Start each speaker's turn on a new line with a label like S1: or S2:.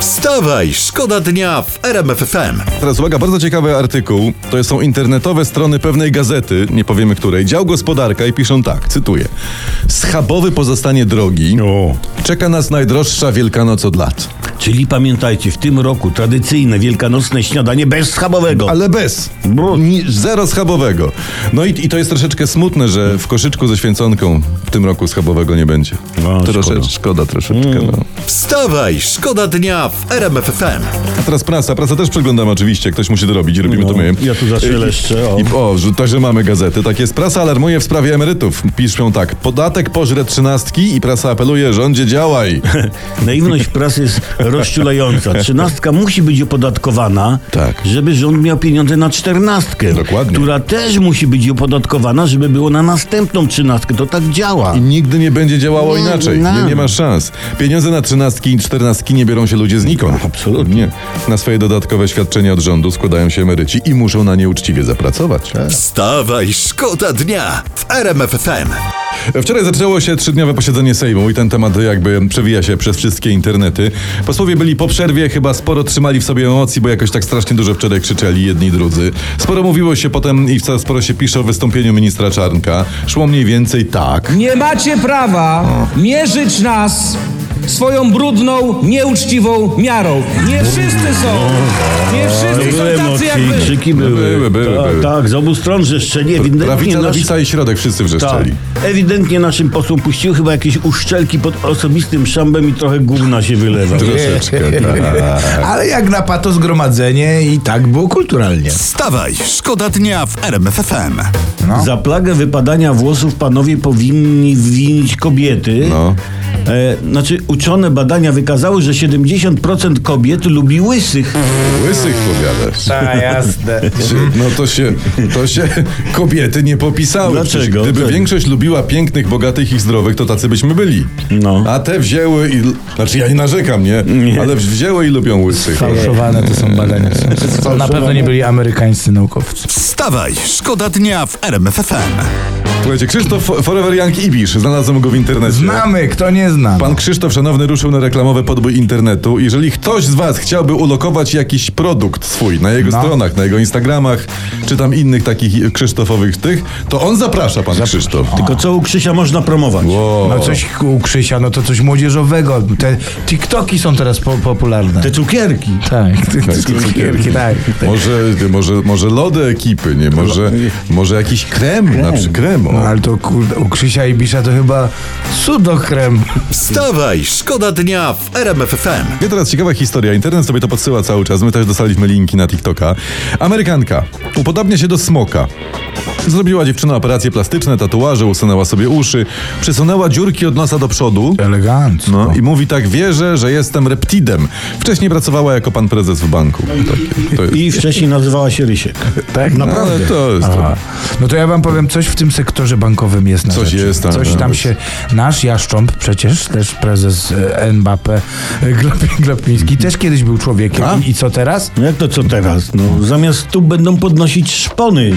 S1: Wstawaj, szkoda dnia w RMF FM.
S2: Teraz uwaga, bardzo ciekawy artykuł. To są internetowe strony pewnej gazety, nie powiemy której, dział gospodarka i piszą tak, cytuję. Schabowy pozostanie drogi.
S3: O.
S2: Czeka nas najdroższa Wielkanoc od lat.
S3: Czyli pamiętajcie, w tym roku tradycyjne wielkanocne śniadanie bez schabowego.
S2: Ale bez.
S3: Brud.
S2: Ni- Zero schabowego. No i, i to jest troszeczkę smutne, że w koszyczku ze święconką w tym roku schabowego nie będzie.
S3: No,
S2: Troszeczkę,
S3: szkoda. Mm.
S2: szkoda troszeczkę. No.
S1: Wstawaj, szkoda dnia w RMF FM.
S2: A teraz prasa. Prasa też przeglądam oczywiście. Ktoś musi to robić. Robimy to my.
S3: No, ja tu zaszeleszczę, o.
S2: I, o, że- także mamy gazety. Tak jest. Prasa alarmuje w sprawie emerytów. Piszą tak. Podatek pożre trzynastki i prasa apeluje rządzie działaj.
S3: Naiwność prasy jest rozczulająca. Trzynastka musi być opodatkowana,
S2: Tak.
S3: żeby rząd miał pieniądze na czternastkę.
S2: Dokładnie.
S3: Która też musi być opodatkowana, żeby było na następną trzynastkę. To tak działa.
S2: I nigdy nie będzie działało
S3: Nie,
S2: inaczej.
S3: no.
S2: Nie, nie ma szans. Pieniądze na trzynastki i czternastki nie biorą się ludzie znikąd.
S3: Absolutnie.
S2: Nie. Na swoje dodatkowe świadczenia od rządu składają się emeryci i muszą na nie uczciwie zapracować.
S3: Tak.
S1: Wstawaj, szkoda dnia w RMF FM.
S2: Wczoraj zaczęło się trzydniowe posiedzenie Sejmu i ten temat jakby przewija się przez wszystkie internety. Posłowie byli po przerwie, chyba sporo trzymali w sobie emocji, bo jakoś tak strasznie dużo wczoraj krzyczeli jedni i drudzy. Sporo mówiło się potem i wcale sporo się pisze o wystąpieniu ministra Czarnka. Szło mniej więcej tak.
S4: Nie macie prawa mierzyć nas swoją brudną, nieuczciwą miarą. Nie wszyscy są. Nie wszyscy
S3: Były
S4: są tacy jak
S3: emocje i
S4: wy.
S3: No krzyki były.
S2: Były, były,
S3: tak,
S2: były.
S3: tak, z obu stron wrzeszczenie. Ewidentnie
S2: Prawica,
S3: nasz-
S2: lewica i środek, wszyscy
S3: tak,
S2: wrzeszczeli.
S3: ewidentnie naszym posłom puściły chyba jakieś uszczelki pod osobistym szambem i trochę gówna się wylewa.
S2: Troszeczkę. tak.
S5: Ale jak na pato zgromadzenie i tak było kulturalnie.
S1: Wstawaj, szkoda dnia w RMF FM.
S3: Za plagę wypadania włosów panowie powinni winić kobiety.
S2: No.
S3: E, znaczy, uczone badania wykazały, że 70% kobiet lubi łysych.
S2: Łysych powiadasz.
S5: A jasne.
S3: Mhm.
S2: No to się, to się kobiety nie popisały.
S3: Dlaczego?
S2: Przecież Gdyby
S3: Dlaczego?
S2: większość lubiła pięknych, bogatych i zdrowych, to tacy byśmy byli.
S3: No.
S2: A te wzięły i... Znaczy ja nie narzekam, nie? Ale wzięły i lubią łysych.
S5: Fałszowane to są badania. To na pewno nie byli amerykańscy naukowcy.
S1: Wstawaj, szkoda dnia w RMF FM.
S2: Słuchajcie, Krzysztof Forever Young Ibisz, znalazłem go w internecie.
S5: Znamy, kto nie zna.
S2: Pan Krzysztof Szanowny ruszył na reklamowy podbój internetu. Jeżeli ktoś z Was chciałby ulokować jakiś produkt swój na jego
S5: No.
S2: stronach, na jego Instagramach, czy tam innych takich Krzysztofowych tych, to on zaprasza, Pan Krzysztof.
S3: Tylko co u Krzysia można promować?
S2: O.
S5: No coś u Krzysia, no to coś młodzieżowego. Te TikToki są teraz po popularne.
S3: Te cukierki.
S5: Tak, te cukierki, tak.
S2: Może, może, może lody ekipy, nie? Może, może jakiś krem, na przykład krem.
S5: No,
S2: O.
S5: ale to kurde, u Krzysia i Bisza to chyba cudokrem.
S1: Wstawaj, szkoda dnia w RMF FM.
S2: I teraz ciekawa historia. Internet sobie to podsyła cały czas. My też dostaliśmy linki na TikToka. Amerykanka upodobnia się do smoka. Zrobiła dziewczyna operacje plastyczne, tatuaże, usunęła sobie uszy, przesunęła dziurki od nosa do przodu.
S5: Elegancko.
S2: No i mówi tak, wierzę, że jestem reptidem. Wcześniej pracowała jako pan prezes w banku.
S5: No
S2: Takie, to jest,
S3: I wcześniej nazywała się Rysiek.
S5: Tak,
S2: no, ale to jest to.
S5: Aha. No to ja wam powiem, coś w tym sektorze bankowym jest na
S2: Coś
S5: rzeczy.
S2: jest tam,
S5: Coś
S2: no,
S5: tam
S2: jest.
S5: się... Nasz Jaszcząb przecież, też prezes e, Mbappe e, Glop- Glopiński, też kiedyś był człowiekiem. I, I co teraz?
S3: No jak to co teraz? No, zamiast tu będą podnosić szpony.